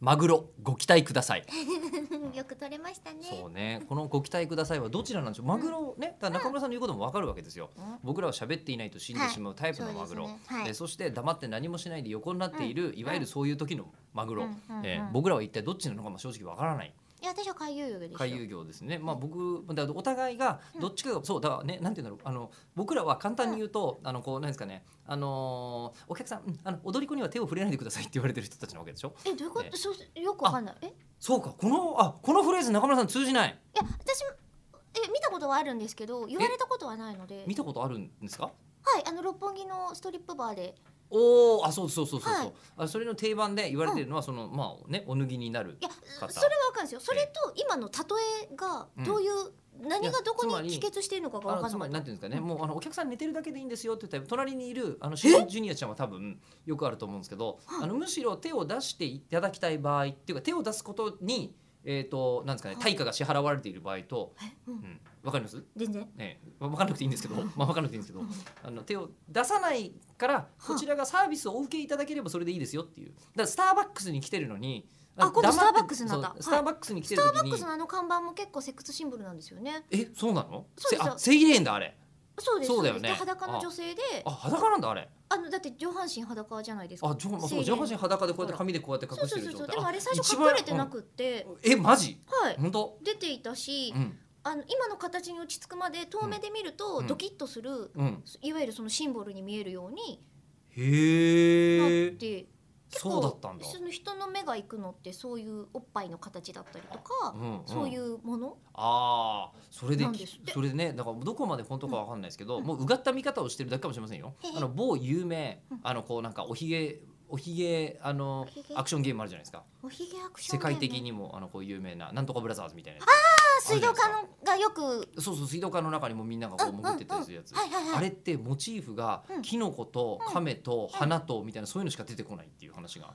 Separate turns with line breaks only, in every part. マグロご期待ください。
よく取れましたね。
そうね、このご期待くださいはどちらなんでしょう。マグロね、だから中村さんの言うこともわかるわけですよ。
うん
僕らは喋っていないと死んでしまうタイプのマグロ。
そうですねはい
えそして黙って何もしないで横になっている、いわゆるそういう時のマグロ、
うんうんうん
えー僕らは一体どっちなのかも正直わからない
いや、私は海遊魚ですよ。
回遊業ですね。まあ僕だからお互いがどっちかが、そうだからねなんていうんだろうあの僕らは簡単に言うと、あのこうなんですかねあのーお客さんうんあの踊り子には手を触れないでくださいって言われてる人たちなわけでしょ。
え、どういうこ
ね
と、そう、よくわかんない。え、いや、
そうかこのあこのフレーズ中村さん通じない。
私も。え、見たことはあるんですけど、言われたことはないので。
見たことあるんですか？
はい、あの六本木のストリップバーで。
おおあそうそうそうそうそう、
はい
あそれの定番で言われてるのはその、まあねお脱ぎになる
いや、
方
それはわかるんですよ。それと、今の例えが、どういう、何がどこに帰結しているのかがわ
あの
かん
つ
な
ま
い。
りなんていうんですかね、もうあのお客さん寝てるだけでいいんですよって言ったら隣にいるあのシュジュニアちゃんは多分よくあると思うんですけど、
はい
あのむしろ手を出していただきたい場合っていうか手を出すことにえっ、となんですかね
はい
対価が支払われている場合と、
えう
うんん、わかります？
全然。
ええ、まあわかんなくていいん ですけど、まあわかんなくていいんですけど、あの手を出さないからこちらがサービスをお受けいただければそれでいいですよっていう。だからスターバックスに来てるのに、
あ今度
黙って
スターバックスになった
そう
はい
スターバックスに来て
ス
る
ターバ
時
ッ
に
クス、のあの看板も結構セックスシンボルなんですよね。
え、そうなの？
そうですよ
せあ、正義レーンだあれ。
そうです。
そうだよね
ですで裸の女性で、
あ、裸なんだあれ。
あのだって上半身裸じゃないですか。
あ、上まあ
制
そう
限
上半身裸でこうやって髪でこうやって
そ
隠
う
し
そ
て
う
る
そ
状
うそう。で
態。
もあれ最初
一
隠
番
れてなくって、
あえ、マジ？
はい。
本当？
出ていたし、
うん
あの今の形に落ち着くまで遠目で見る
う
と
ん
ドキッとする、
うん。
いわゆるそのシンボルに見えるようになっ
へえ。
て、結構
そうだったんだ。
その人の目が行くのってそういうおっぱいの形だったりとか、
うんうん
そういうもの
ああそれで
なんですって
それでねだからどこまで本当かわかんないですけど、
うん
もううがった見方をしてるだけかもしれませんよ
へへ。
あの某有名
うん
あのこうなんかおひげおひげあの
おひげ
アクションゲームあるじゃないですか。
おひげアクショ
世
ンゲーム
界的にもあのこう有名ななんとかブラザーズみたいなや
あ水道管のがよく
つ。そうそう水道管の中にもみんながこう
うんうんうん
潜ってたりするやつ。
はいはいはい
あれってモチーフが
うん
キノコと
うん
亀と花とみたいなそういうのしか出てこないっていう話が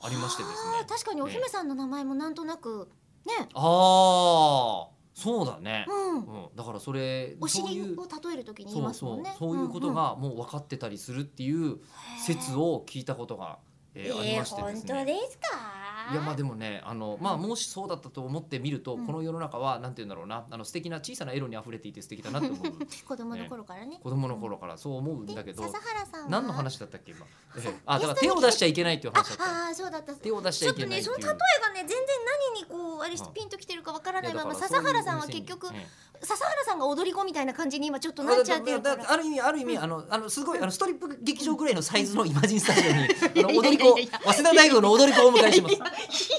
ありましてですね
あー。確かにお姫さんの名前もなんとなくね、
ああそうだね。
うん、
うんだからそれ
お
そう
尻
いう
を例えるときに言い
そう
ます
そ
もん
う
ね。
そういうこと
んん
がもう分かってたりするっていう説を聞いたことが、えーありましてです
えー本当
ね。
ですか？
いやまあでもねあの、まあ、もしそうだったと思ってみると、
うん
この世の中はなんて言うんだろうなあの素敵な小さなエロに溢れていて素敵だなって 思う
子供の頃からね。
子供の頃からそう思うんだけど
で笹原さんは
何の？話だったっけ今、えーあだから手を出しちゃいけないっていう
あ
話だった
あーそうだった。
手を出しち
ち
ゃ
ょ
い
っ
け
と
ない
ね
ってい
そうの例えがね全然何にこうあれ
うん
ピンときてるかわからない
いや
まま
だから
笹原さんは結局
そういうお店にええ
笹原さんが踊り子みたいな感じに今ちょっとなっちゃってるか
だだ
ら。
だある意味ある意味、あのあのすごいあのストリップ劇場ぐらいのサイズのイマジンスタジオに、あの
い
踊
やいや
り
いや
子
いや
早稲田大学の踊り子をお迎えします。
い